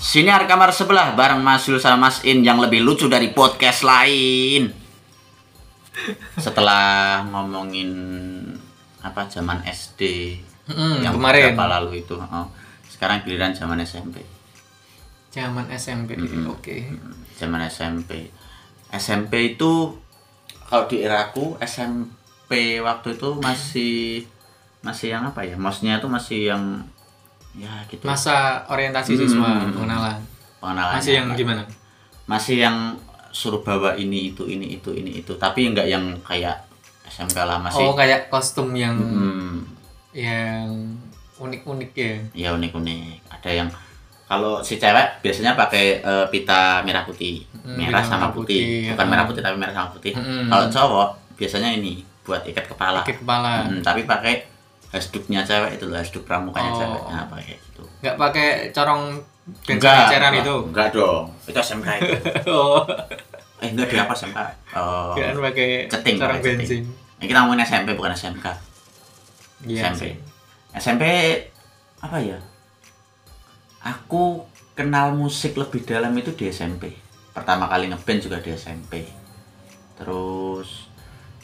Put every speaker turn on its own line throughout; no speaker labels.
Siniar kamar sebelah bareng Mas Yul sama Mas In yang lebih lucu dari podcast lain. Setelah ngomongin apa zaman SD
Mm,
Hmm, yang
kemarin.
beberapa lalu itu, oh. sekarang giliran zaman SMP.
Zaman SMP.
Hmm,
Oke.
Zaman SMP. SMP itu kalau di eraku SMP waktu itu masih masih yang apa ya? Maksudnya itu masih yang ya gitu.
Masa orientasi siswa
Mm.
pengenalan.
pengenalannya
Masih yang
apa.
gimana?
masih yang suruh bawa ini itu ini itu ini itu tapi enggak yang kayak SMK lama sih
Oh, kayak kostum yang
Hmm,
yang unik-unik ya.
ya unik unik ada yang kalau si cewek biasanya pakai eh, pita merah putih
Hmm,
merah
pita
sama
merah
putih,
putih,
bukan
hmm.
merah putih tapi merah sama putih
Hmm.
kalau cowok biasanya ini buat ikat kepala
Pakai kepala.
Hmm, tapi pakai hasduknya cewek itu loh hasduk pramukanya
Oh.
cewek nah pakai gitu
Enggak pakai corong benceran
enggak,
itu.
enggak dong itu SMK itu
Oh,
eh enggak di apa SMK oh.
kan pakai
Ceting,
corong
pakai
bensin.
ceting. Ini kita ngomongin SMP bukan SMK.
Iya.
SMP.
sih.
SMP apa ya? Aku kenal musik lebih dalam itu di SMP. Pertama kali ngeband juga di SMP. Terus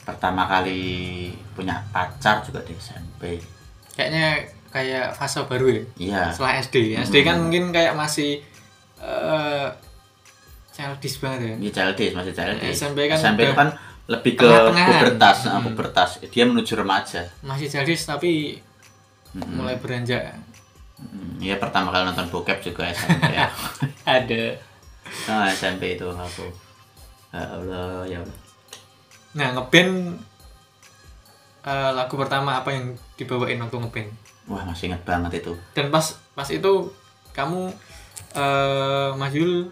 pertama kali punya pacar juga di SMP.
Kayaknya kayak fase baru ya.
Iya.
Setelah SD. SD
Hmm.
kan mungkin kayak masih eh childish banget ya.
Ini CLD masih CLD.
SMP kan
SMP
udah
itu kan lebih ke
tengah-tengahan.
pubertas, nah,
Hmm.
pubertas. Dia menuju remaja.
Masih childish tapi
Mm-mm.
mulai beranjak
Mm, Iya pertama kali nonton bokep juga SMP. ya.
ada.
Nah, SMP itu aku. Ya Allah, ya Allah.
Nah, ngeband eh, lagu pertama apa yang dibawain waktu ngeband?
Wah, masih ingat banget itu.
Dan pas pas itu kamu eh Mas Yul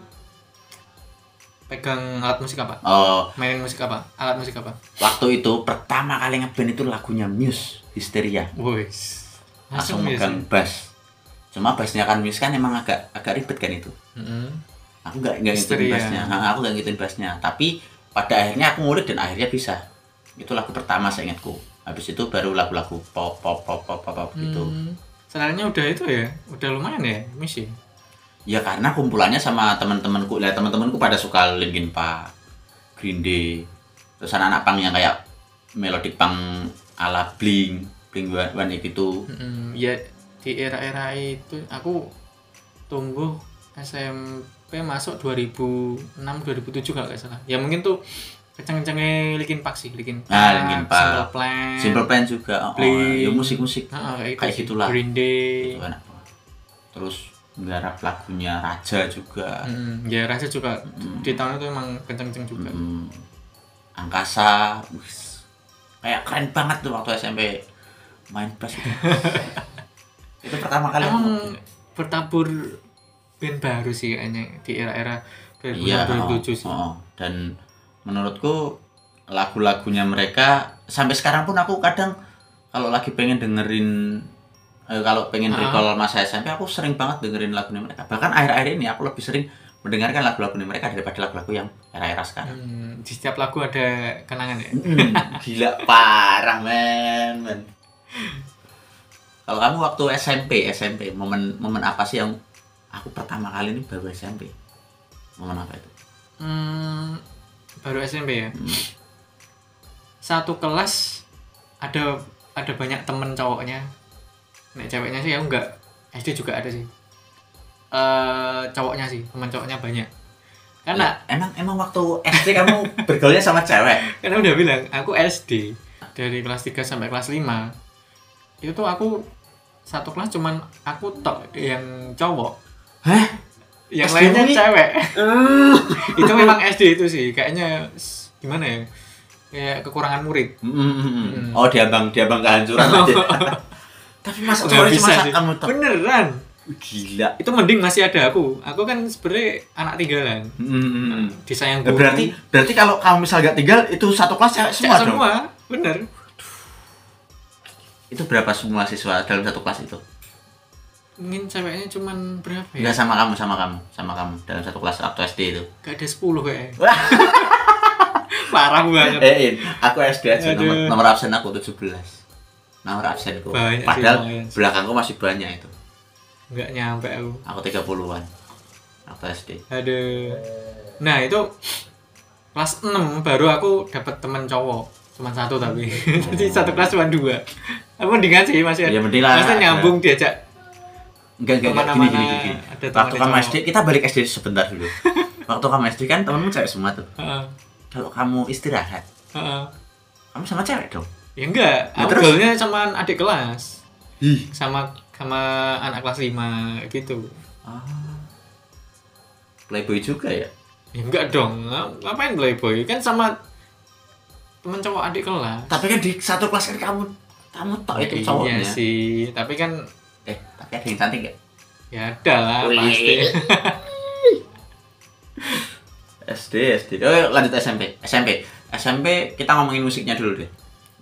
pegang alat musik apa?
Oh,
Mainin musik apa? Alat musik apa?
waktu itu pertama kali ngeband itu lagunya Muse, Histeria.
Boys.
Langsung
ya
megang bass. Cuma bassnya kan Muse kan emang agak agak ribet kan itu.
Mm-hmm.
Aku nggak nggak ngikutin
Histeria.
bassnya. Ha, Aku nggak ngikutin bassnya. Tapi pada akhirnya aku ngulik dan akhirnya bisa. Itu lagu pertama saya ingatku. Habis itu baru lagu-lagu pop pop pop pop pop, pop gitu.
Hmm. Sebenarnya udah itu ya, udah lumayan ya, misi.
Ya karena kumpulannya sama teman-temanku, lah teman-temanku pada suka Linkin Park, Green Day, terus anak-anak pang yang kayak melodic pang ala Blink, Blink One gitu.
Mm, ya di era-era itu aku tumbuh SMP masuk 2006 2007 kalau nggak salah. Ya mungkin tuh kenceng-kencengnya Linkin Park sih, Linkin Park,
Ah, Linkin Park.
Simple Plan.
Simple Plan juga, oh,
Blink.
ya musik-musik
Heeh, kayak, itu
kayak
sih.
gitulah. Gitu.
Green Day.
Itu enak banget. Terus nggarap lagunya Raja juga,
Mm, ya Raja juga di tahun itu emang kenceng-kenceng juga.
Hmm, Angkasa, wis. kayak keren banget tuh waktu SMP main bass itu. itu pertama kali aku
Emang
ngeband.
bertabur band baru sih kayaknya di era-era 2006
Iya,
2007 sih.
oh, oh. Dan menurutku lagu-lagunya mereka sampai sekarang pun aku kadang kalau lagi pengen dengerin eh, kalau pengen
Ah.
recall masa SMP aku sering banget dengerin lagunya mereka. Bahkan akhir-akhir ini aku lebih sering mendengarkan lagu-lagu mereka daripada lagu-lagu yang era-era sekarang.
Mm, di setiap lagu ada kenangan ya.
Mm, Gila parah men. men. Kalau kamu waktu SMP, SMP momen momen apa sih yang aku pertama kali ini baru SMP? Momen apa itu?
Hmm, baru SMP ya.
Hmm.
Satu kelas ada ada banyak temen cowoknya. Nek ceweknya sih ya enggak. SD juga ada sih. Eh cowoknya sih, teman cowoknya banyak. Karena
Lah, emang emang waktu SD kamu bergaulnya sama cewek.
karena udah bilang aku SD dari kelas 3 sampai kelas 5. Itu tuh aku satu kelas cuman aku tok yang cowok.
Hah?
Yang
SD
lainnya
ini?
cewek.
Ah.
itu memang SD itu sih, kayaknya s- gimana ya? Kayak kekurangan murid.
Mm. Oh, diambang diambang kehancuran aja. Tapi masa
Nggak
cowok
bisa
cuma
sih.
kamu tuh.
Beneran.
Gila.
Itu mending masih ada aku. Aku kan sebenarnya anak tinggalan.
Mm.
Disayang
Ya,
guru.
berarti berarti kalau kamu misal gak tinggal itu satu kelas cewek semua
semua,
dong.
semua. Bener.
Itu berapa semua siswa dalam satu kelas itu?
Mungkin ceweknya cuman berapa ya?
Enggak sama kamu sama kamu sama kamu dalam satu kelas waktu SD itu.
Gak ada 10 kayaknya.
Wah.
Parah banget.
Eh, In, aku SD aja
Iya. Aduh.
nomor, nomor absen aku 17. Nomor absenku.
Banyak sih,
Padahal
lumayan sih.
belakangku masih banyak itu.
Gak nyampe aku.
Aku 30-an. SD
ada nah itu kelas 6 baru aku dapat temen cowok cuman satu tapi jadi satu kelas cuma dua aku mendingan sih masih
Ya, penting lah.
Maksudnya nyambung diajak
enggak enggak enggak. gini gini
Kemana-mana ya?
gini
ada teman
waktu kamu
cowok.
SD kita balik SD sebentar dulu waktu kamu SD kan temenmu cewek semua tuh
Heeh,
kalau kamu istirahat
heeh.
kamu sama cewek dong
ya enggak
Ya,
aku
terus?
gaulnya sama adik kelas
ih
sama sama anak kelas 5 gitu
ah. playboy juga ya
ya enggak dong ngapain playboy kan sama temen cowok adik kelas
tapi kan di satu kelas kan kamu kamu tau Oh, itu
Ya,
cowoknya
iya sih tapi kan
eh tapi ada yang cantik gak
ya ada lah
Wih.
pasti
SD SD oh lanjut SMP SMP SMP kita ngomongin musiknya dulu deh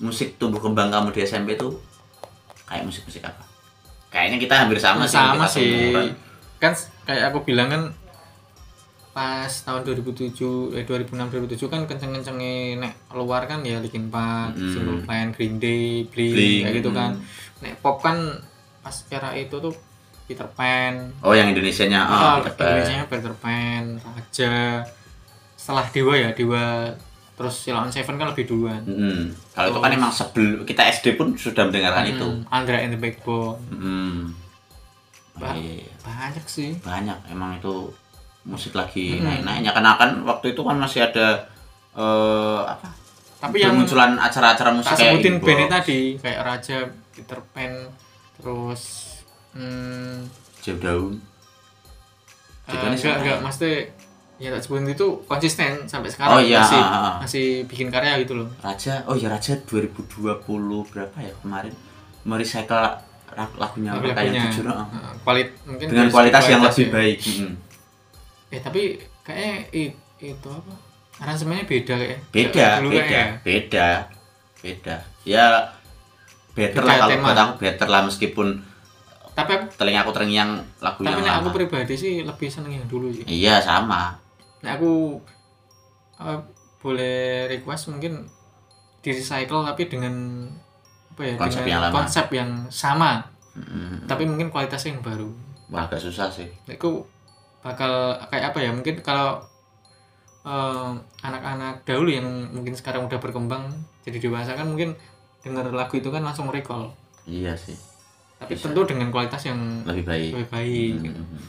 musik tumbuh kembang kamu di SMP tuh kayak musik musik apa kayaknya kita hampir sama sih
sama
kita
sih
seumuran.
kan s- kayak aku bilang kan pas tahun 2007 eh 2006 2007 kan kenceng-kencengnya nek keluar kan ya Linkin Park,
Mm.
Simple Plan, Green Day, Blink,
Blink,
kayak gitu
mm.
kan. Nek pop kan pas era itu tuh Peter Pan,
oh yang Indonesia nya oh,
ah, Indonesia Peter Pan, Raja. Setelah Dewa ya Dewa terus Silon Seven kan lebih duluan.
Mm-mm. kalau itu kan
Terus.
emang sebelum kita SD pun sudah mendengarkan Nah, itu
Hmm, Andra and the Backbone.
Mm.
Ba-
Iya, iya.
Banyak sih.
banyak emang itu musik lagi
Mm-mm.
naik-naiknya karena kan waktu itu kan masih ada eh apa
Tapi yang
munculan acara-acara musik
tak
kayak
sebutin
Inbox.
bandnya tadi kayak Raja, Peter Pan, terus hmm,
Jauh daun
eh,
Judulnya
enggak
siapa?
enggak maksudnya ya tak sebutin itu konsisten sampai sekarang
Oh, iya,
masih
ah, ah.
masih bikin karya gitu loh.
Raja, oh ya Raja 2020 berapa ya kemarin merecycle la- ra- lagunya mereka yang
Lagu-lagunya.
Ya, jujur heeh.
Nah, kualit mungkin
dengan
dari
kualitas
segi
yang lebih
ya.
baik. Mm.
Eh tapi kayaknya i- itu apa? Aransemennya beda kayaknya.
Beda,
Dulu ya.
beda,
kayaknya.
beda, beda. Ya better
Beda
lah kalau
tema.
buat aku better lah meskipun
Tapi aku,
telinga aku terngiang lagu
tapi
yang
nek aku
lama.
pribadi sih lebih seneng yang dulu sih.
Iya sama.
Nah, aku apa, boleh request mungkin di recycle tapi dengan apa ya
Konsep yang
dengan
lama.
konsep yang sama
Mm.
tapi mungkin kualitasnya yang baru.
Wah agak susah sih.
Nah, Itu bakal kayak apa ya mungkin kalau eh, anak-anak dahulu yang mungkin sekarang udah berkembang jadi dewasa kan mungkin denger lagu itu kan langsung recall
Iya sih
tapi
Bisa.
tentu dengan kualitas yang
lebih baik.
lebih baik. gitu.
Mhm.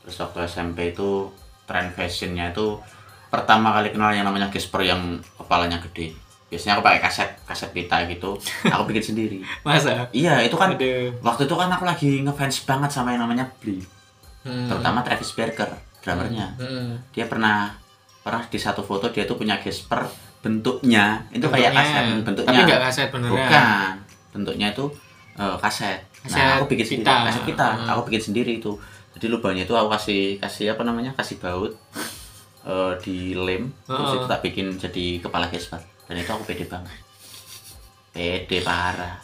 Terus waktu SMP itu tren fashionnya itu pertama kali kenal yang namanya gesper yang kepalanya gede. Biasanya aku pakai kaset kaset pita gitu. Aku bikin sendiri.
Masa
Iya itu kan
ada
waktu itu kan aku lagi ngefans banget sama yang namanya Blink,
hmm,
terutama Travis Barker drummernya.
hmm,
Dia pernah pernah di satu foto dia tuh punya gesper bentuknya itu kayak kaset
bentuknya.
bentuknya
tapi nggak kaset beneran
bukan bentuknya itu eh, kaset.
Kaset
nah aku bikin sendiri
pita.
kaset kita
Hmm.
aku bikin sendiri itu jadi lubangnya itu aku kasih kasih apa namanya kasih baut eh, di lem terus
Heeh.
itu tak bikin jadi kepala gesper dan itu aku pede banget pede parah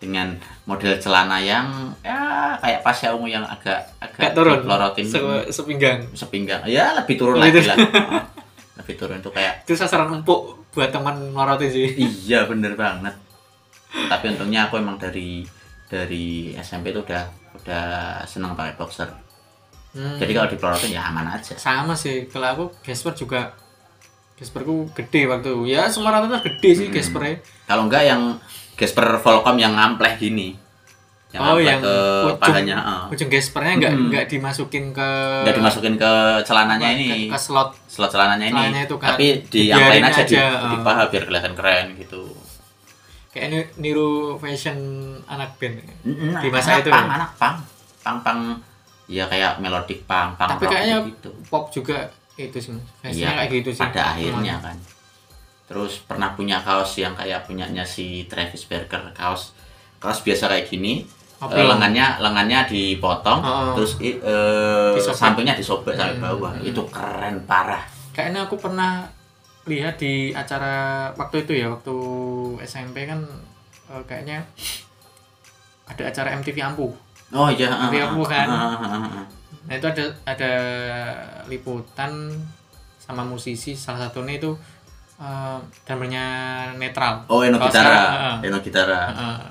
dengan model celana yang ya kayak pasya ungu yang agak agak
Kayak turun
diplorotin.
se- sepinggang
sepinggang ya lebih turun lagi
Lebih
lah Heeh. lebih turun itu kayak
itu sasaran empuk buat teman morotin sih
Iya bener banget. Tapi untungnya aku emang dari dari SMP itu udah udah seneng pakai boxer. Jadi kalau
Hmm.
diplorotin ya aman aja.
sama sih kalau aku gesper juga gesperku gede waktu ya semua rata-rata gede sih
Hmm.
gespernya
Kalau enggak yang gesper Volcom yang ngampleh gini. Yang
oh
ngampleh
yang
ke
ujung
pahanya. eh.
ujung gespernya nggak
Mm-mm.
nggak dimasukin ke
Enggak dimasukin ke celananya
apa,
ini.
ke, ke slot
Slot celananya ini.
Celananya itu kan
Tapi diamplehin
dibiarin
aja, di,
aja, eh.
di paha biar kelihatan keren gitu.
kayak ni- niru fashion anak band
Mm-mm,
Di
Nah, anak
masa itu
pang,
ya?
anak pang. Pang-pang ya kayak melodic pang, pang
Tapi
rock
kayaknya-
gitu.
pop juga itu sih
Iya,
fashionnya kayak gitu sih
pada akhirnya kan. Terus pernah punya kaos yang kayak punyanya si Travis Barker kaos kaos biasa kayak gini,
Apa
eh,
yang-
lengannya lengannya dipotong,
Oh.
terus i- eh,
Disobek.
sampingnya disobek sampai
Hmm,
bawah.
hmm.
Itu keren parah.
kayaknya aku pernah lihat di acara waktu itu ya waktu SMP kan eh, kayaknya ada acara MTV Ampuh
Oh iya,
Tapi
ah,
aku
ah,
kan.
ah, ah, ah, ah.
nah itu ada ada liputan sama musisi salah satunya itu eh drummernya netral
Oh Eno
Kaos
Gitara,
merah, ah.
Eno Gitara.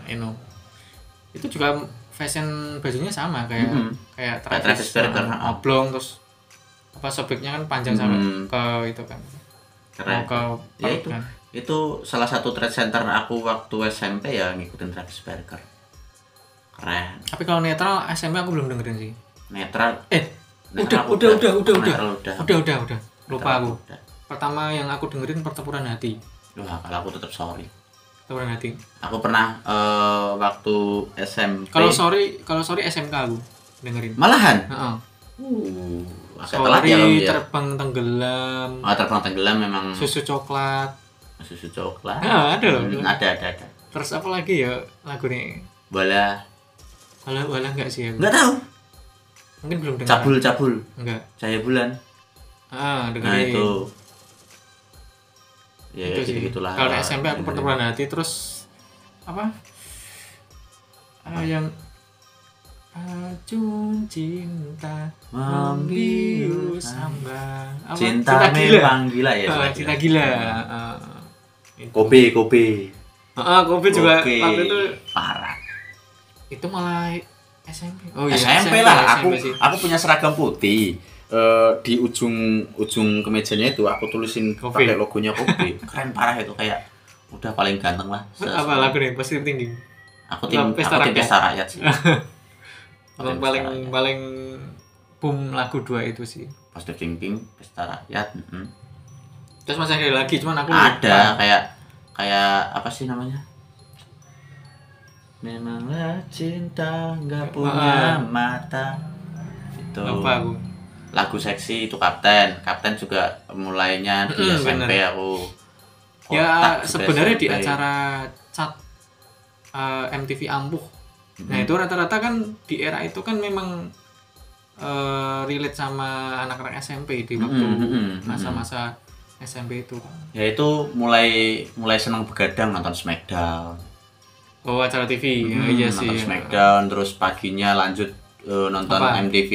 Eh, Eno itu juga fashion bajunya sama kayak
Mm-mm.
kayak
Mm-hmm. Kayak
Travis,
Travis Barker, ah,
eh,
ha.
oblong terus apa sobeknya kan panjang sampai
Hmm.
ke itu kan
Keren.
mau ke
Ya,
perut
itu.
kan.
itu salah satu trade center aku waktu SMP ya ngikutin Travis Barker keren
tapi kalau netral SMP aku belum dengerin sih
netral
eh udah
netral
udah udah udah udah
Netral udah
udah udah udah lupa
Netral
aku
udah.
pertama yang aku dengerin pertempuran hati
Wah, kalau aku tetap sorry
pertempuran hati
aku pernah eh, waktu SMP
kalau sorry kalau sorry SMK aku dengerin
malahan
Heeh.
uh, agak telat ya kamu
sorry
ya
terbang tenggelam
Oh, terbang tenggelam memang
susu coklat
susu coklat
Ah, ada loh.
Hmm, ada ada ada
terus apa lagi ya lagu nih
bola
wala wala nggak sih aku
nggak tahu
mungkin belum dengar
cabul cabul
enggak
cahaya bulan
ah dengerin
nah itu ya
itu sih
gitu gitulah
kalau SMP aku pertempuran hati terus apa Ah, yang racun cinta membius hamba Apa?
cinta, memang gila, ya
Ah, cinta gila Ah, itu.
kopi kopi
Ah, kopi juga
Kopi.
waktu itu
parah
itu malah SMP oh
SMP, lah
SMP
aku
sih.
aku punya seragam putih Eh, di ujung ujung kemejanya itu aku tulisin
Kopi.
pakai logonya kopi keren parah itu kayak udah paling ganteng lah Se-
apa lagu nih positif tinggi
aku tim
Apa, pesta
aku tim
rakyat?
pesta rakyat sih
paling
Pesta
paling
rakyat.
paling boom lagu dua itu sih
pasta drinking pesta rakyat mm-mm.
terus masih ada lagi cuman aku
ada kayak kayak apa sih namanya memanglah cinta nggak punya
Ah.
mata itu
lupa aku
lagu seksi itu kapten kapten juga mulainya di
Mm,
SMP aku Kotak
ya
juga
sebenarnya di
SMP.
acara chat eh, MTV Ampuh nah
Mm.
itu rata-rata kan di era itu kan memang eh, relate sama anak-anak SMP di waktu
Mm, mm, mm,
masa-masa SMP itu
ya itu mulai mulai senang begadang nonton Smackdown
oh acara TV ya,
Hmm,
iya sih
nonton Smackdown terus paginya lanjut eh, nonton
Apa?
MTV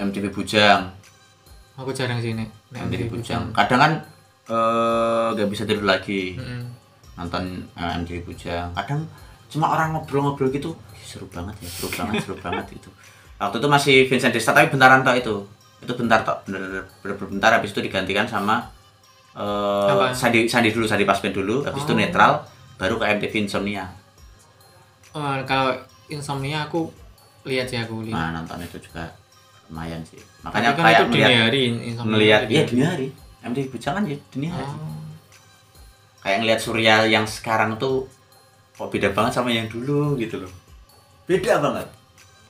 MTV Bujang
aku jarang Nah, sih nek nek
MTV
MTV
Bujang kadang kan eh, nggak bisa tidur lagi
Mm-mm.
nonton eh, MTV Bujang kadang cuma orang ngobrol-ngobrol gitu "Ih, seru banget ya seru banget seru banget itu waktu itu masih Vincent Desta tapi bentaran tok itu itu bentar tok bener-bener bener-bener bentar habis itu digantikan sama eh,
Apa?
Sandi Sandi dulu Sandi Pasben dulu habis itu
Oh.
netral baru ke MTV Insomnia
Eh, kalau insomnia aku lihat sih aku lihat
nah nonton itu juga lumayan sih
Iya. Tapi
makanya
kan
Nah, kayak
itu dini
melihat
hari insomnia
melihat
itu
iya
dini
dini hari MTV Bujang kan ya dini
hari.
hari
Oh.
kayak ngelihat surya yang sekarang tuh kok beda banget sama yang dulu gitu loh beda banget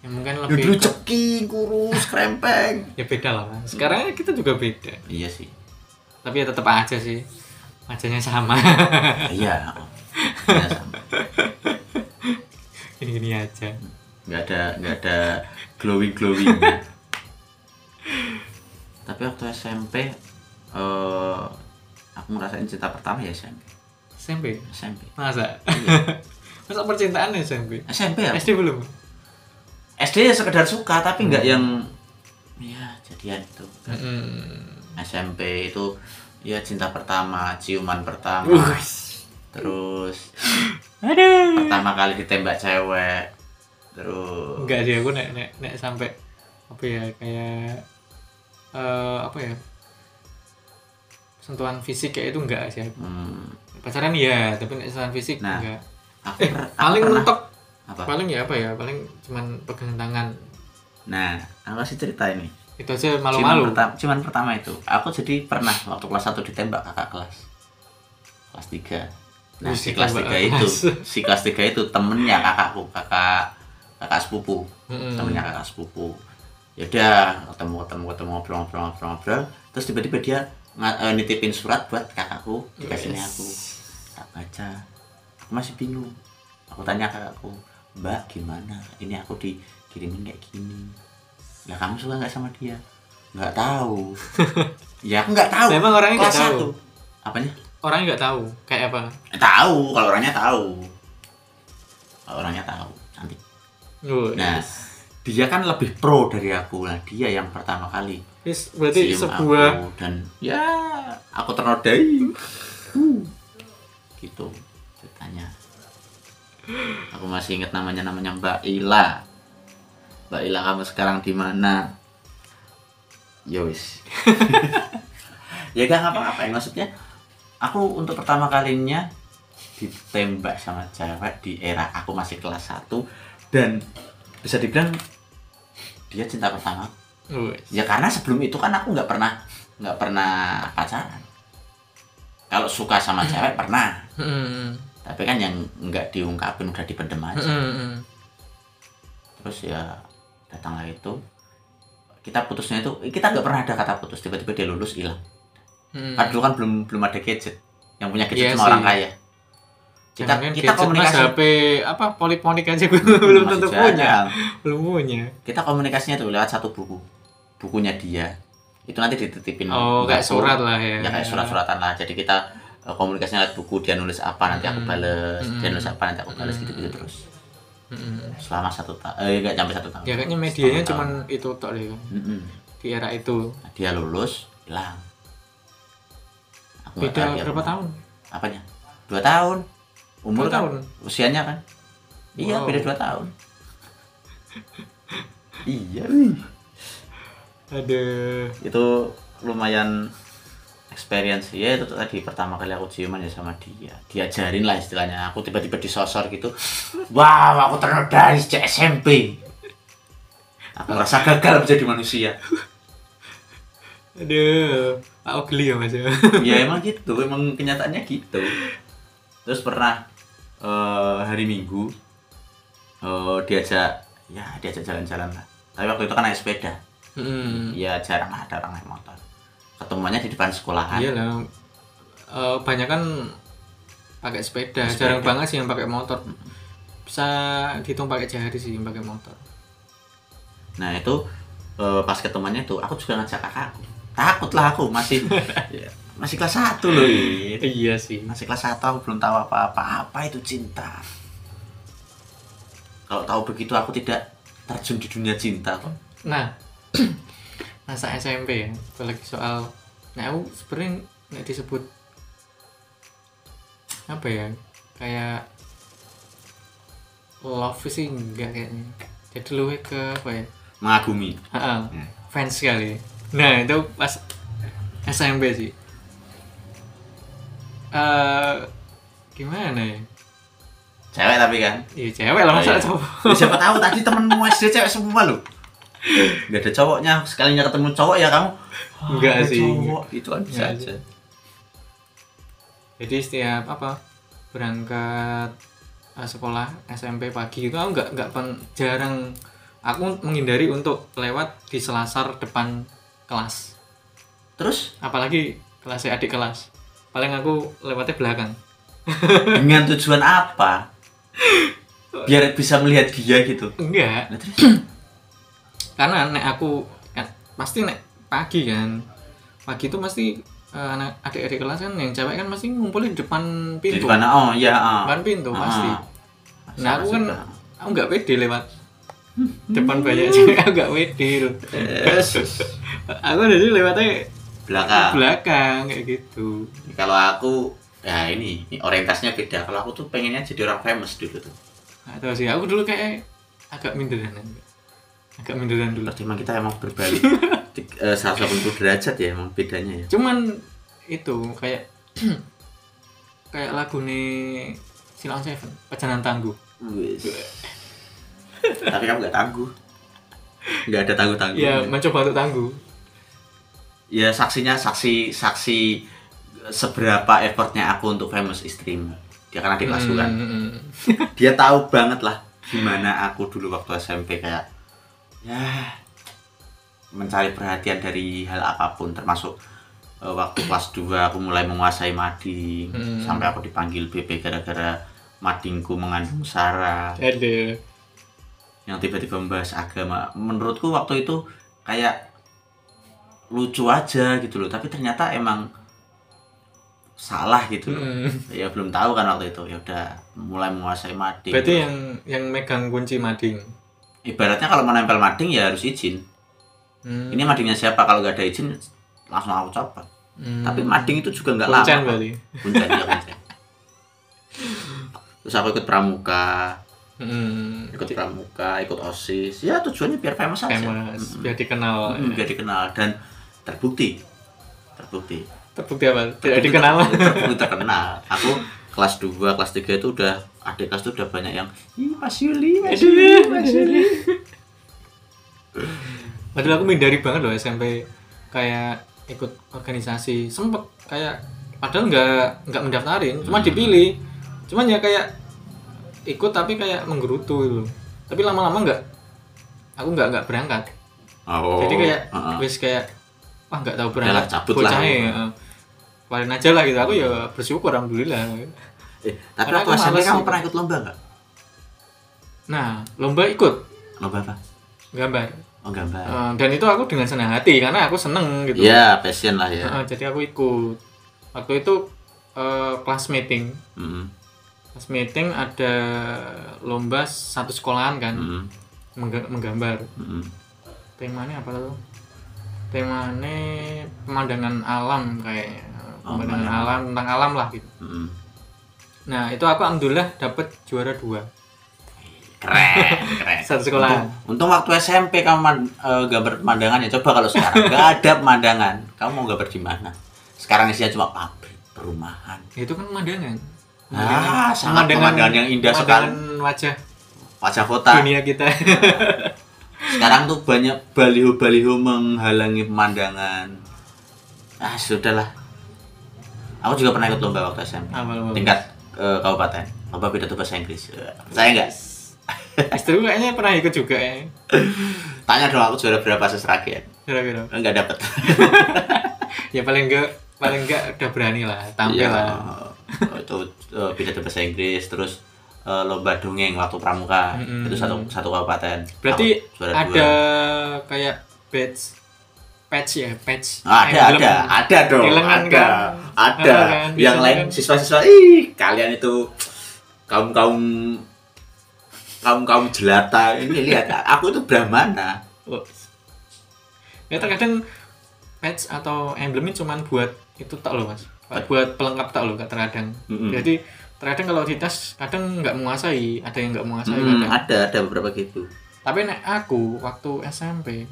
Ya, mungkin
Yang
lebih
dulu
ke-
ceking, kurus, krempeng.
ya beda lah Mas. sekarang kita juga beda
iya sih.
tapi ya tetap aja sih wajahnya sama
Iya. Iya, sama.
gini gini aja
Nggak ada nggak ada glowing glowing. Tapi waktu SMP eh aku ngerasain cinta pertama ya SMP.
SMP
SMP.
masa
Iya.
masa percintaan SMP
SMP ya.
SD belum
SD ya sekedar suka tapi nggak yang ya jadian itu.
Mm-mm.
SMP itu ya cinta pertama, ciuman pertama,
Wush.
terus
aduh
pertama kali ditembak cewek terus
enggak sih aku nek nek nek sampai apa ya kayak eh apa ya sentuhan fisik kayak itu enggak sih aku.
Hmm,
pacaran ya tapi nek sentuhan fisik
Nah,
enggak
aku
eh
per- aku
paling
pernah-
mentok
apa?
paling ya apa ya paling cuman pegangan tangan
nah aku kasih cerita ini
itu aja
cuman,
malu-malu
pertama, cuman pertama itu aku jadi pernah waktu kelas 1 ditembak kakak kelas kelas 3 nah
Wih,
si kelas 3
ditembak kakak
itu
kelas.
si kelas 3 itu temennya kakakku kakak kakak sepupu
Mm-mm.
temennya kakak sepupu yaudah ketemu ketemu ketemu ngobrol ngobrol ngobrol ngobrol terus tiba-tiba dia nga- eh, nitipin surat buat kakakku dikasihnya
Yes.
aku tak baca aku masih bingung aku tanya kakakku mbak gimana ini aku dikirimin kayak gini ya kamu suka nggak sama dia nggak tahu ya aku nggak tahu
Memang orangnya nggak
Kelas
tahu.
satu. apanya
orang nggak tahu kayak apa
Eh, tahu kalau orangnya tahu kalau orangnya tahu cantik
Wuh,
Nah, dia kan lebih pro dari aku lah. Dia yang pertama kali
Yes, berarti
cium
sebuah
aku dan ya aku ternodai. Uh. gitu ceritanya. Aku masih ingat namanya namanya Mbak Ila. Mbak Ila kamu sekarang di mana? ya wis ya gak ngapa-ngapain maksudnya aku untuk pertama kalinya ditembak sama cewek di era aku masih kelas 1 dan bisa dibilang dia cinta pertama
Wes.
ya karena sebelum itu kan aku nggak pernah nggak pernah pacaran kalau suka sama cewek pernah
Mm-mm.
tapi kan yang nggak diungkapin udah dipendem
hmm,
aja
Mm-mm.
terus ya datanglah itu kita putusnya itu kita nggak pernah ada kata putus tiba-tiba dia lulus hilang
Mm-mm.
kan dulu kan belum belum ada gadget yang punya gadget
Hmm. Iya
cuma
sih.
orang kaya kita
Jangan kan
kita
gadget, Mas,
komunikasi
HP apa poliponik aja gue belum
Masih
tentu
jarang.
punya belum punya
kita komunikasinya tuh lewat satu buku bukunya dia itu nanti dititipin
oh kayak
aku.
surat lah
Iya,
ya
ya kayak surat-suratan lah jadi kita eh, komunikasinya lewat buku dia nulis apa nanti aku
Mm.
bales dia
Mm.
nulis apa nanti aku bales
Mm.
gitu-gitu terus
Mm-mm.
selama satu tahun eh nggak sampai satu tahun
Hmm, ya kayaknya medianya
Setahun.
cuman itu tok deh kan.
Mm-mm.
di era itu
Nah, dia lulus hilang aku nggak tahu
beda
dia
berapa
kemana.
tahun
apanya dua tahun umur
Dua
kan
tahun?
usianya kan iya
Wow.
beda dua tahun iya wih.
ada
itu lumayan experience ya itu tadi pertama kali aku ciuman ya sama dia diajarin lah istilahnya aku tiba-tiba disosor gitu wow aku ternodai sejak SMP aku merasa gagal menjadi manusia
ada aku geli ya mas ya
ya emang gitu emang kenyataannya gitu terus pernah eh, hari minggu eh, diajak ya diajak jalan-jalan lah tapi waktu itu kan naik sepeda
Mm.
ya jarang ada orang naik motor ketemuannya di depan sekolahan
iya lah banyak kan pakai sepeda.
Sepeda.
jarang banget sih yang pakai motor bisa dihitung pakai jari sih yang pakai motor
nah itu eh, pas ketemuannya tuh aku juga ngajak kakakku takut lah aku masih ya, masih kelas satu loh Id.
iya sih
masih kelas satu aku belum tahu apa-apa apa itu cinta kalau tahu begitu aku tidak terjun di dunia cinta kok
nah masa SMP ya apalagi soal nah aku sebenarnya nggak disebut apa ya kayak love sih enggak kayaknya jadi lebih ke apa ya
mengagumi
Ha-ha,
Hmm.
fans sekali nah itu pas SMP sih Eh gimana ya
cewek tapi kan
Iya cewek lah
Oh,
masa
iya.
cowok
Ya, siapa tahu tadi temenmu SD cewek semua loh nggak ada cowoknya sekalinya ketemu cowok ya kamu "Ah,
Nggak
ada
sih.
cowok itu kan bisa
Nggak
aja
sih. jadi setiap apa berangkat eh, sekolah SMP pagi itu aku nggak nggak pen- jarang aku menghindari untuk lewat di selasar depan kelas
terus
apalagi kelasnya adik kelas paling aku lewatnya belakang
dengan tujuan apa biar bisa melihat dia gitu
enggak
nah, terus
karena nek aku kan, pasti nek pagi kan pagi itu pasti eh, anak adik-adik kelas kan yang cewek kan pasti ngumpulin di depan
di
pintu
mana oh ya ah.
depan pintu
Ah.
pasti nah
Sama
aku kan
juga.
aku nggak pede lewat depan banyak cewek aku nggak pede loh
Yesus.
aku jadi lewatnya
belakang
belakang kayak gitu
kalau aku ya ini, ini orientasinya beda kalau aku tuh pengennya jadi orang famous dulu tuh
atau sih aku dulu kayak agak minderan agak minderan dulu
berarti emang kita emang berbalik Tik- eh, 180 derajat ya emang bedanya ya
cuman itu kayak kayak lagu nih Silang Seven Pacaran Tangguh
Wis. Tapi kamu gak tangguh. Gak ada tangguh-tangguh.
ya mencoba untuk tangguh
Ya, saksinya saksi saksi seberapa effortnya aku untuk famous istrimu. Dia kan adik kelasku kan.
Hmm, hmm, hmm.
Dia tahu banget lah gimana aku dulu waktu SMP kayak ya mencari perhatian dari hal apapun termasuk eh, waktu kelas 2 aku mulai menguasai mading
Hmm.
sampai aku dipanggil BP gara-gara madingku mengandung sara.
ada
yang tiba-tiba membahas agama menurutku waktu itu kayak lucu aja gitu loh tapi ternyata emang salah gitu loh
Hmm.
ya belum tahu kan waktu itu ya udah mulai menguasai mading
berarti yang yang megang kunci mading
ibaratnya kalau menempel mading ya harus izin
Hmm.
ini madingnya siapa kalau nggak ada izin langsung aku copot
Hmm.
tapi mading itu juga nggak lama
Kuncen berarti
Kuncen, iya, kuncen. terus aku ikut pramuka
Hmm.
ikut pramuka ikut osis ya tujuannya biar famous aja
famous
Mm-mm.
biar oh, iya. dikenal
Mm, biar dikenal dan terbukti terbukti
terbukti apa
Terbukti
tidak dikenal
ter- terbukti terkenal aku kelas 2, kelas 3 itu udah adik kelas itu udah banyak yang ih Mas Yuli, Mas Yuli, Mas Yuli
padahal aku menghindari banget loh SMP kayak ikut organisasi sempet kayak padahal nggak nggak mendaftarin cuma
Hmm.
dipilih cuman ya kayak ikut tapi kayak menggerutu gitu loh. tapi lama-lama nggak aku nggak nggak berangkat
oh,
jadi kayak
heeh.
wis kayak wah nggak tahu
Udahlah,
berangkat
cabut lah. ya."
bocahnya, heeh. keluarin aja lah gitu aku ya bersyukur alhamdulillah
Eh, tapi
Karena
waktu
aku
SMP
males
kamu
sih.
pernah ikut lomba nggak?
nah lomba ikut
Lomba apa?
gambar
Oh gambar.
Eh, dan itu aku dengan senang hati karena aku seneng gitu
Iya, passion lah ya.
Heeh, jadi aku ikut waktu itu eh, kelas meeting
Mm-mm,
kelas meeting ada lomba satu sekolahan kan
mm-mm,
mengga- menggambar
mm-mm.
temanya apa tuh temanya pemandangan alam kayaknya
Oh,
pemandangan
pemandangan.
alam tentang alam lah gitu
Mm-mm.
nah itu aku alhamdulillah dapet juara dua
Keren, keren.
Satu sekolahan.
Untung, untung waktu SMP kamu man- eh, gambar pemandangan ya. Coba kalau sekarang nggak ada pemandangan, kamu mau gambar di mana? Sekarang isinya cuma pabrik, perumahan.
Ya, itu kan pemandangan
Ah, sangat pemandangan yang indah sekali.
pemandangan wajah
Wajah kota.
dunia kita
Sekarang tuh banyak baliho-baliho menghalangi pemandangan. Ah, sudahlah. Aku juga pernah ikut lomba waktu SMP.
Apa lomba?
Tingkat eh, kabupaten. Lomba pidato bahasa Inggris. Eh, Saya enggak.
istri kayaknya pernah ikut juga ya
Tanya dong aku juara berapa Eh, seserakian.
kira-kira
Enggak dapat.
ya paling enggak paling enggak udah berani lah
Iya.
tampil lah
Itu eh, pidato bahasa Inggris terus eh, lomba dongeng waktu pramuka.
Mm-mm.
Itu satu satu kabupaten.
berarti
Aku juara
ada
dua.
kayak badge patch ya patch
Ah, ada,
emblem.
ada, ada dong,
Di lengan,
ada,
kan?
ada.
Ada, kan?
Yang
Biasanya
lain
kan?
siswa-siswa, ih kalian itu kaum kaum kaum kaum jelata ini lihat, aku itu Brahmana.
Oh. ya terkadang patch atau emblemnya cuman buat itu tak loh mas buat, buat pelengkap tak loh terkadang
Mm-mm.
jadi terkadang kalau di tas kadang nggak menguasai ada yang nggak menguasai
Hmm,
kadang.
ada, ada beberapa gitu.
tapi nek aku waktu SMP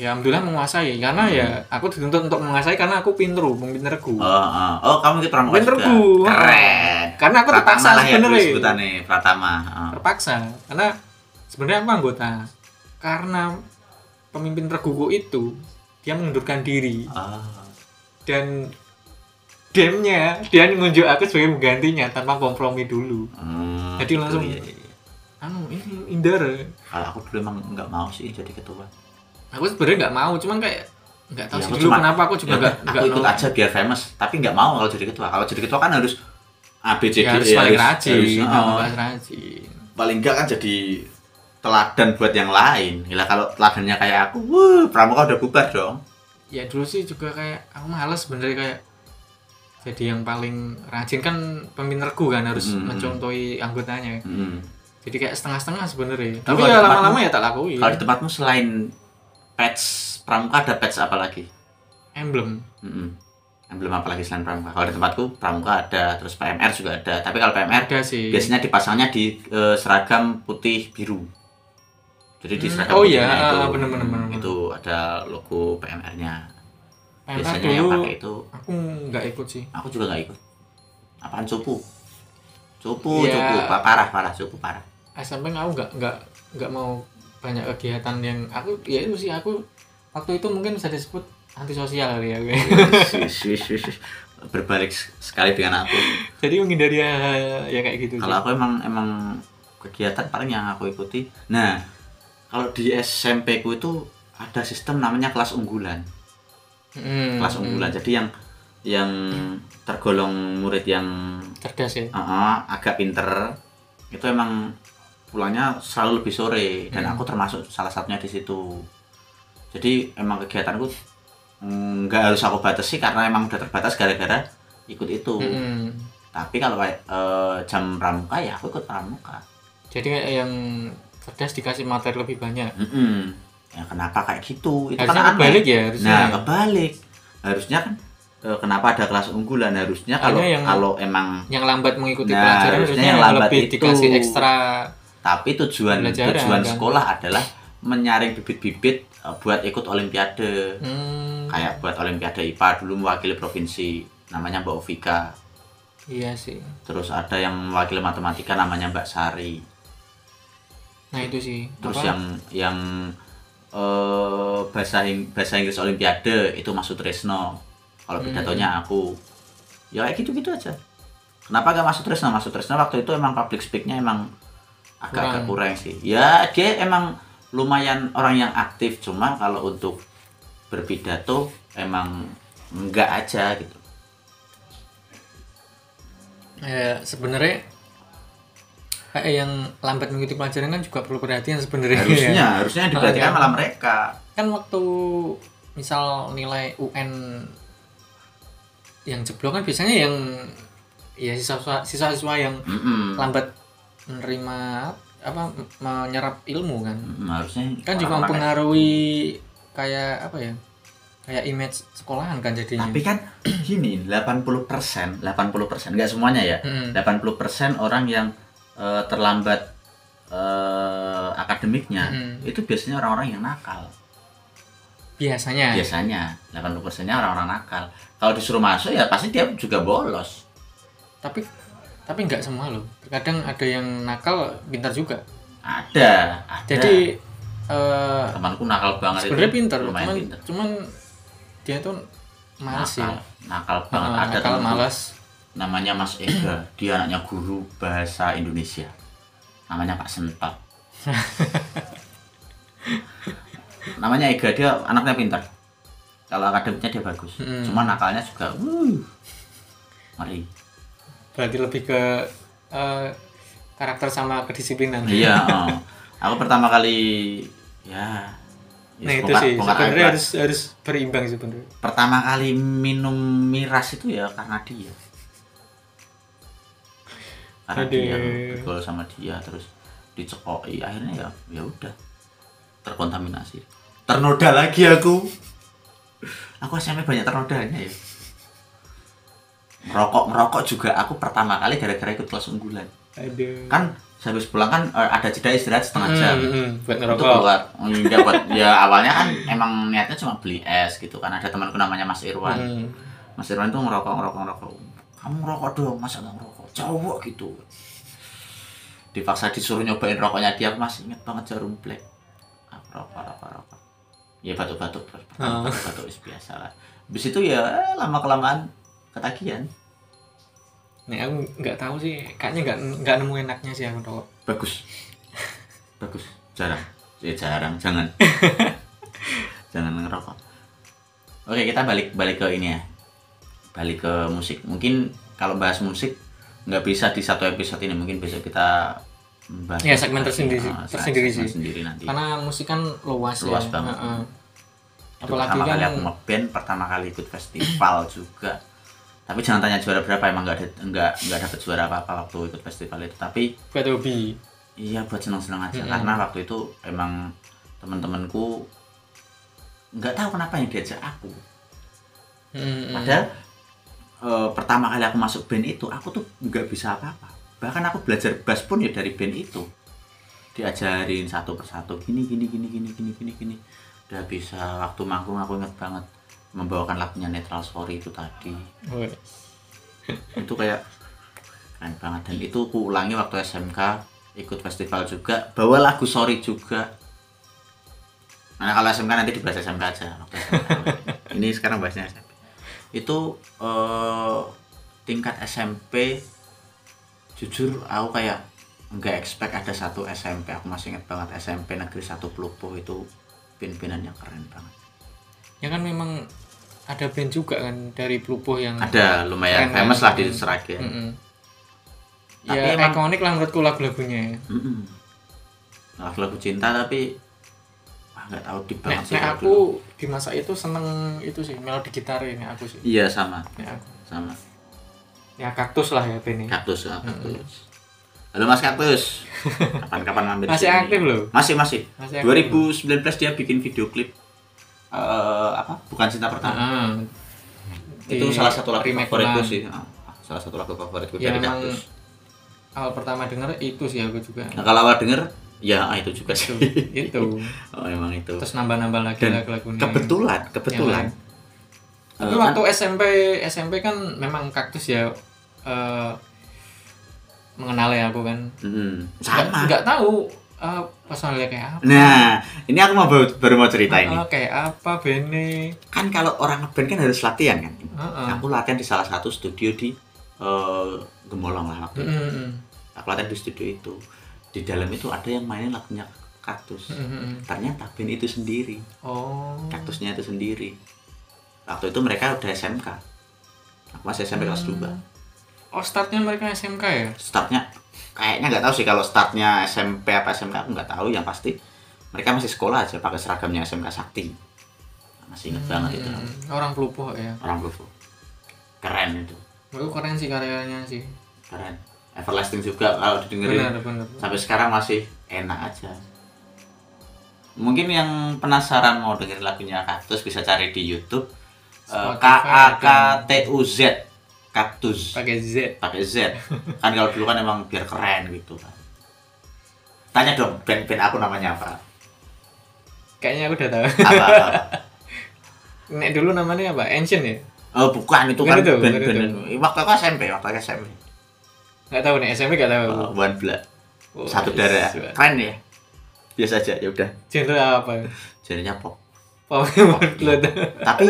ya alhamdulillah menguasai karena ya aku dituntut untuk menguasai karena aku pinter pinterku
Oh, oh, oh kamu itu pramuka
Bener,
juga.
Bu.
Keren.
karena aku terpaksa
lah ya dulu
sebenarnya
sebutannya, Pratama. Oh.
terpaksa karena sebenarnya aku anggota karena pemimpin tergugu itu dia mengundurkan diri
Oh.
dan demnya dia nunjuk aku sebagai penggantinya tanpa kompromi dulu
Hmm,
Jadi
gitu,
langsung-
iya, iya.
anu ini Indra
Kalau aku dulu emang nggak mau sih jadi ketua.
aku sebenarnya nggak mau cuman kayak nggak tahu
Ya,
sih
aku
dulu
cuma-
kenapa aku juga
Ya,
nggak nggak
aku ikut
mau.
aja biar famous, tapi nggak mau kalau jadi ketua. Kalau jadi ketua kan harus A B C D
ya, harus
E,
paling
harus-
rajin
harus,
nah,
oh.
paling rajin
paling nggak kan jadi teladan buat yang lain. Gila kalau teladannya kayak aku, wuh, pramuka udah bubar dong.
ya dulu sih juga kayak aku males sebenarnya kayak jadi yang paling rajin kan pemimpin regu kan harus
Mm-mm.
mencontohi anggotanya
Mm.
jadi kayak setengah-setengah sebenarnya
Tapi
tapi
kalau
ya
di
lama-lama
tempatmu-
ya tak lakuin
Kalau di tempatmu selain pets pramuka ada pets apa lagi?
emblem
Mm-mm. Emblem apa lagi selain pramuka? Kalau di tempatku pramuka ada, terus PMR juga ada. Tapi kalau PMR
ada sih
biasanya dipasangnya di eh, seragam putih biru. Jadi di
Hmm,
seragam
oh
putihnya
iya,
itu,
ah, bener-bener,
hmm,
bener-bener.
itu ada logo PMR-nya.
PMR
Biasanya yang
dulu
pakai itu
aku nggak ikut sih
aku juga nggak ikut. Apaan cupu? Cupu,
Iya.
cupu, Pa- parah, parah, cupu, parah.
SMP Ah, aku nggak nggak nggak mau banyak kegiatan yang aku ya itu sih aku waktu itu mungkin bisa disebut antisosial kali ya gue.
Wis, wis, wis, wis. Berbalik s- sekali dengan aku.
jadi menghindari hal-hal ya kayak gitu sih.
Kalau aku emang emang kegiatan paling yang aku ikuti. Nah, kalau di SMP ku itu ada sistem namanya kelas unggulan.
Mm,
kelas
mm.
unggulan jadi yang yang tergolong murid yang
cerdas ya
uh-uh, agak pinter itu emang pulangnya selalu lebih sore dan
Hmm.
aku termasuk salah satunya di situ jadi emang kegiatanku mm, nggak harus aku batasi karena emang udah terbatas gara-gara ikut itu
Mm-mm.
tapi kalau eh, jam pramuka ya aku ikut pramuka
jadi kayak yang cerdas dikasih materi lebih banyak
Mm-mm. ya kenapa kayak gitu itu
harusnya
kan aneh.
kebalik ya harusnya
Nah, kebalik. Harusnya kan eh, kenapa ada kelas unggulan? Harusnya kalau
Hanya yang-
kalau emang
yang lambat mengikuti
Nah,
pelajaran
harusnya
harusnya
yang
yang
lambat
lebih
itu.
dikasih ekstra
tapi tujuan
Pembelajaran,
tujuan
kan?
sekolah adalah menyaring bibit-bibit eh, buat ikut olimpiade
Hmm,
kayak buat olimpiade IPA dulu mewakili provinsi namanya Mbak Ovika
iya sih.
terus ada yang mewakili matematika namanya Mbak Sari
Nah itu sih.
terus
Apa?
yang yang eh, bahasa Ing- bahasa Inggris Olimpiade itu Mas Sutresno kalau
Hmm.
pidatonya aku ya kayak gitu gitu aja kenapa gak Mas Sutresno Mas Sutresno waktu itu emang public speaknya emang agak-agak kurang sih ya dia emang lumayan orang yang aktif cuma kalau untuk berpidato emang enggak aja gitu
Ya, sebenarnya kayak yang lambat mengikuti pelajaran kan juga perlu perhatian sebenarnya.
harusnya
ya.
harusnya yang diperhatikan
Makanya.
malah mereka
Kan waktu misal nilai UN yang jeblok kan biasanya yang ya siswa siswa yang
Mm-mm.
lambat menerima apa menyerap ilmu kan.
Mm, harusnya
Kan juga
orang-orang
mempengaruhi kayak apa ya? Kayak image sekolahan kan jadinya.
Tapi kan gini, 80%, 80%, nggak semuanya ya.
Mm.
80% orang yang eh, terlambat eh, akademiknya
Mm.
itu biasanya orang-orang yang nakal.
biasanya.
Iya. Biasanya 80%-nya orang-orang nakal. Kalau disuruh masuk ya pasti dia juga bolos.
tapi tapi nggak semua loh terkadang ada yang nakal pintar juga
Ada, ada.
jadi eh,
temanku nakal Nah. banget itu.
sebenarnya pintar loh
lumayan
cuman
pintar.
cuman dia tuh malas
Nakal,
ya
nakal banget.
Nah,
ada
nakal
temanku
malas
namanya Mas Ega dia anaknya guru bahasa Indonesia namanya Pak Sentak namanya Ega dia anaknya pintar kalau akademiknya dia bagus
Hmm.
cuma nakalnya juga wuh, ngeri
berarti lebih ke eh, karakter sama kedisiplinan
iya oh. aku pertama kali ya, ya
nah itu
bongkar-
sih
bongkar
sebenarnya
aib lah.
harus harus berimbang sebenarnya
pertama kali minum miras itu ya karena dia karena
Aduh.
dia bergaul sama dia terus dicekoi akhirnya ya ya udah terkontaminasi ternoda lagi aku aku SMP banyak ternodanya ya merokok merokok juga aku pertama kali gara-gara ikut kelas unggulan
aduh
kan habis pulang kan eh, ada jeda istirahat setengah
Hmm,
jam
hmm, buat
itu
ngerokok
keluar enggak buat ya awalnya kan emang niatnya cuma beli es gitu kan ada temanku namanya Mas Irwan
Hmm.
Mas Irwan tuh ngerokok ngerokok ngerokok kamu ngerokok dong masa nggak ngerokok cowok gitu dipaksa disuruh nyobain rokoknya dia aku masih inget banget jarum black aku rokok rokok rokok ya batuk batuk
Ah.
batuk batuk is biasa lah habis itu ya lama kelamaan ketagihan
Nih aku nggak tahu sih, kayaknya nggak nggak nemu enaknya sih aku rokok.
bagus bagus jarang ya jarang jangan jangan ngerokok oke kita balik balik ke ini ya balik ke musik mungkin kalau bahas musik nggak bisa di satu episode ini mungkin besok kita bahas
Ya, segmen tersendiri-
Ah,
tersendiri
segmen
sih.
sendiri nanti
Karena musik kan luas,
Iya. Luas
ya.
banget.
Heeh.
Itu
Apalagi
pertama
kan
kali aku ngeband pertama kali ikut festival juga tapi jangan tanya juara berapa emang nggak ada nggak nggak dapet juara apa apa waktu ikut festival itu tapi
buat hobi.
Iya buat senang-senang aja
Mm-mm.
karena waktu itu emang teman-temanku nggak tahu kenapa yang diajak aku.
Hmm, hmm.
Padahal eh, pertama kali aku masuk band itu aku tuh nggak bisa apa-apa. Bahkan aku belajar bass pun ya dari band itu. Diajarin satu persatu gini gini gini gini gini gini gini. Udah bisa waktu manggung aku inget banget membawakan lagunya Netral Story itu tadi.
Woi.
itu kayak keren banget dan itu ku ulangi waktu SMK ikut festival juga bawa lagu sorry juga nah kalau SMK nanti dibahas SMK aja waktu SMK. ini sekarang bahasnya SMP itu eh, tingkat SMP jujur aku kayak nggak expect ada satu SMP aku masih inget banget SMP negeri satu Pelupo itu pimpinannya keren banget
ya kan memang ada band juga kan dari Plupuh yang
ada lumayan
Keren,
famous lah di
keren. Hmm.
Seragen
Mm-mm.
Tapi
ya
emang-
ikonik lah menurutku lagu-lagunya ya.
Mm-mm. Lagu-lagu cinta tapi wah nggak tahu deep
Nek,
banget sih
nek
kalau dulu.
aku di masa itu seneng itu sih melodi gitar ini aku sih.
Iya sama,
Nek aku.
sama.
Ya kaktus lah ya bandnya.
Kaktus, ah, kaktus. Halo Mas Kaktus. Kapan-kapan mampir
Masih
sini.
aktif loh.
Masih, masih.
Masih aktif.
2019 dia bikin video klip eh, apa? Bukan cinta pertama.
Heeh.
Itu
Di
salah satu lagu
Iya. remake
favoritku
ulang.
sih. Ah, Salah satu lagu favoritku
Ya
dari
emang
Kaktus.
awal pertama denger itu sih aku juga.
Nah, kalau awal denger ya itu juga
itu
sih
itu
oh emang itu
terus hmm. nambah-nambah lagi
Dan
lagu-lagunya
kebetulan kebetulan
tapi
eh,
waktu
kan-
SMP SMP kan memang kaktus ya eh mengenal ya aku kan
Mm,
Nggak-
sama
nggak tahu eh, personalnya kayak apa
nah ini aku mau baru, baru mau cerita Nah, ini
Eh, kayak apa Bene
kan kalau orang ngeband kan harus latihan kan
Heeh.
aku latihan di salah satu studio di eh, Gemolong lah waktu itu.
Mm, mm,
aku latihan di studio itu di dalam itu ada yang mainin lagunya kaktus
mm, mm, mm.
ternyata band itu sendiri
oh
kaktusnya itu sendiri waktu itu mereka udah SMK aku masih SMP kelas
Hmm.
2
oh startnya mereka SMK ya
startnya kayaknya nggak tahu sih kalau startnya SMP apa SMK aku nggak tahu yang pasti mereka masih sekolah aja pakai seragamnya SMK Sakti masih inget banget itu
Mm, orang pelupuh ya
orang Bluefoot keren itu
itu keren sih karyanya sih
keren everlasting juga kalau didengerin
benar benar
sampai sekarang masih enak aja mungkin yang penasaran mau dengerin lagunya kaktus bisa cari di YouTube eh, K A
Spotify
K T U Z kaktus
pakai Z
pakai Z kan kalau dulu kan emang biar keren gitu kan tanya dong band-band aku namanya apa
kayaknya aku udah tahu
apa, apa?
nek dulu namanya apa Ancient ya
Oh, bukan itu
Bukan
kan
itu, bukan
band-band waktu aku SMP waktu aku SMP
nggak tahu nih SMP nggak tahu
Oh,
Oh,
One Blood
Wah,
satu darah
suara.
keren ya biasa aja ya udah
genre apa
jadinya pop
Pokemon Blood
tapi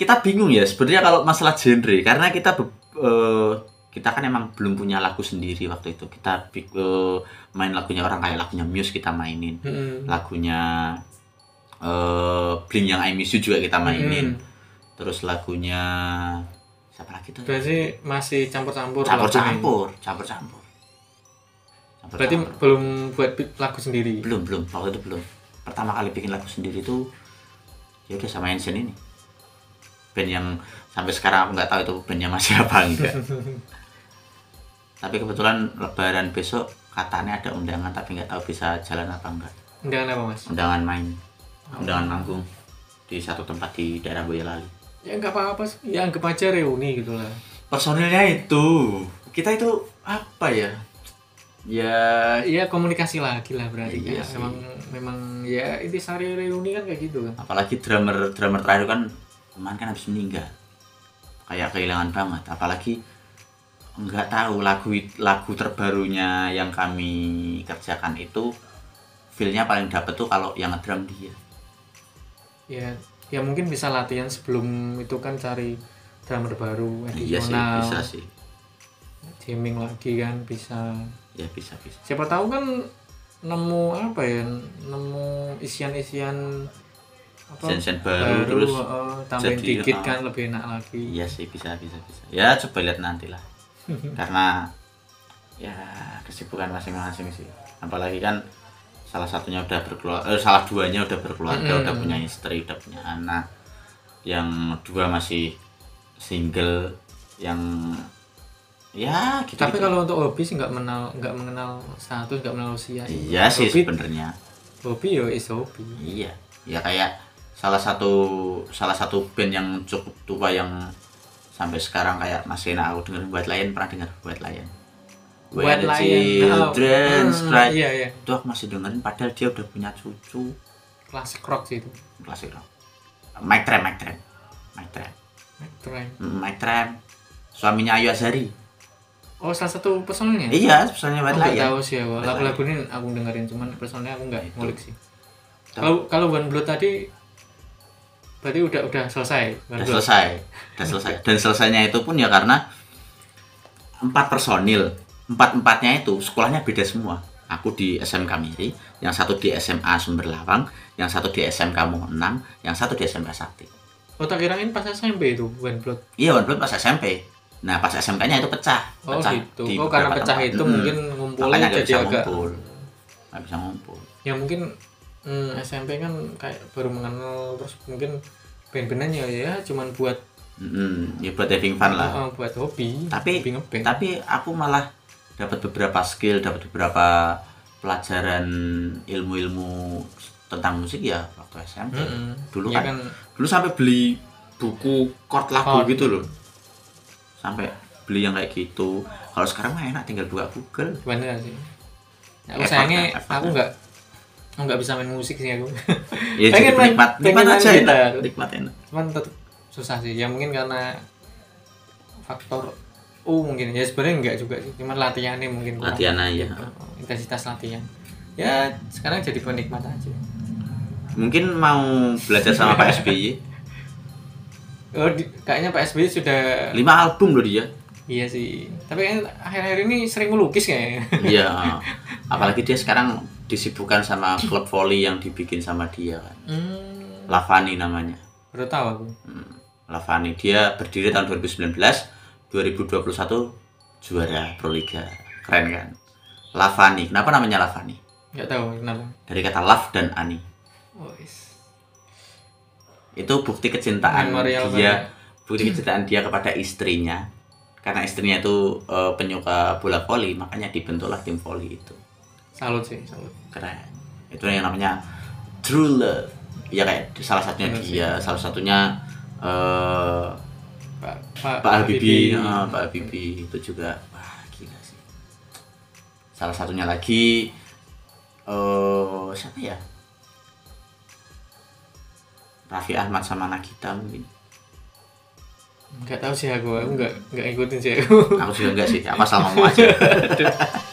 kita bingung ya sebenarnya kalau masalah genre karena kita be- eh, kita kan emang belum punya lagu sendiri waktu itu kita bi- eh, main lagunya orang kayak lagunya Muse kita mainin
Mm-mm.
lagunya eh Blink yang I Miss You juga kita mainin
Mm.
terus lagunya siapa lagi tuh
berarti masih campur-campur
campur
lagunya.
campur campur campur campur
berarti belum buat bi- lagu sendiri
belum belum waktu itu belum pertama kali bikin lagu sendiri tuh ya udah sama Hansen ini band yang sampai sekarang aku nggak tahu itu bandnya masih apa enggak tapi kebetulan lebaran besok katanya ada undangan tapi nggak tahu bisa jalan apa enggak
undangan apa mas
undangan main undangan manggung di satu tempat di daerah Boyolali
ya nggak apa-apa sih ya anggap aja reuni gitu lah
personilnya itu kita itu apa ya ya
Iya komunikasi lagi lah berarti
Iya
ya.
sih.
memang memang ya itu sehari reuni kan kayak gitu kan
apalagi drummer drummer terakhir kan kemarin kan habis meninggal kayak kehilangan banget apalagi nggak tahu lagu lagu terbarunya yang kami kerjakan itu feelnya paling dapet tuh kalau yang ngedrum dia
ya ya mungkin bisa latihan sebelum itu kan cari drummer baru
iya sih
additional,
bisa sih
jamming lagi kan bisa
ya bisa bisa
siapa tahu kan nemu apa ya nemu isian-isian apa
sensen baru, terus
eh, tambahin
jadi,
dikit
eh,
kan lebih enak lagi
Iya sih bisa bisa bisa. Ya coba lihat nanti lah. Karena ya kesibukan masing-masing sih. Apalagi kan salah satunya udah berkeluarga, eh, salah duanya udah berkeluarga,
Mm-mm.
udah punya istri, udah punya anak. Yang dua masih single, yang ya gitu.
tapi kalau untuk hobi sih nggak mengenal nggak mengenal status nggak mengenal usia sih
iya sih
hobi,
sebenarnya.
hobi ya is hobi
Iya, ya kayak salah satu salah satu band yang cukup tua yang sampai sekarang kayak masih enak aku dengerin buat lain pernah denger buat lain.
White Lion Oh,
Children
ah,
Cry.
iya iya
Itu aku masih dengerin padahal dia udah punya cucu
klasik rock sih itu
klasik rock. Mike Tram, Mike Tram. Mike Tram.
Keren.
Mm, Mike Tram. Suaminya Ayu Azhari.
oh salah satu personnya
Iya, pesannya
aku
buat
nggak
lain.
tahu sih ya
White
lagu-lagu ini aku dengerin cuman personnya aku nggak
Nah, itu.
ngulik sih
Tahu.
kalau kalau One Blood tadi berarti udah udah selesai One
Udah
Blood
selesai. Udah selesai. Dan selesainya itu pun ya karena empat personil, empat-empatnya itu sekolahnya beda semua. Aku di SMK Miri, yang satu di SMA Sumber Lawang, yang satu di SMK Mongenang, yang satu di SMK Sakti.
oh tak kirain pas SMP itu One Blood
Iya, One Blood pas SMP. Nah, pas SMK-nya itu pecah.
oh
pecah
gitu
di
oh karena
beberapa
pecah
tempat.
itu
Mm-mm.
mungkin ngumpulnya
Makanya nggak
jadi
bisa
agak
ngumpul. Nggak bisa ngumpul.
ya mungkin hmm,
Nah.
SMP kan kayak baru mengenal terus mungkin band-bandnya ya cuman buat
Mm-mm. Ya buat having fun lah.
eh, buat hobi
Tapi-
hobi ngeband
tapi aku malah dapat beberapa skill dapat beberapa pelajaran ilmu-ilmu tentang musik ya waktu SMP
Mm-mm.
dulu
Ya
kan, dulu sampai beli buku chord lagu
Chord.
gitu loh sampai beli yang kayak gitu kalau sekarang mah enak tinggal buka Google
bener sih aku
Effort
sayangnya
lah, effort
aku
lah.
nggak aku nggak bisa main musik sih aku
ya jadi
Pengen main-
nikmat nikmat
pengen main
aja
gitar.
enak nikmat enak
cuman tetap susah sih ya mungkin karena faktor oh mungkin ya sebenarnya enggak juga sih cuman latihannya mungkin kurang. Eh,
latihan aja
intensitas latihan ya sekarang jadi penikmat aja
mungkin mau belajar sama Pak SBY
oh, di- kayaknya Pak SBY sudah
lima album loh dia
iya sih tapi kan akhir-akhir ini sering melukis kayaknya
iya apalagi dia sekarang disibukkan sama klub volley yang dibikin sama dia kan.
hmm,
Lavani namanya Hmm.
baru tahu aku
Lavani dia berdiri tahun 2019 2021 juara Proliga keren kan Lavani kenapa namanya Lavani
nggak tahu kenapa
dari kata love dan ani
oh, is-
itu bukti kecintaan
Memorial
dia
banget.
bukti kecintaan dia kepada istrinya karena istrinya itu eh, penyuka bola voli makanya dibentuklah tim voli itu
salut sih salut
keren itu yang namanya true love ya kayak salah satunya
Benar sih.
dia salah satunya eh
Pak Pak,
Pak Habibie
Habibie.
ah, Pak Habibie itu juga wah gila sih salah satunya lagi eh siapa ya Raffi Ahmad sama Nagita mungkin
nggak tahu sih aku aku nggak nggak ikutin sih aku
aku juga enggak sih aku asal ngomong aja
Aduh.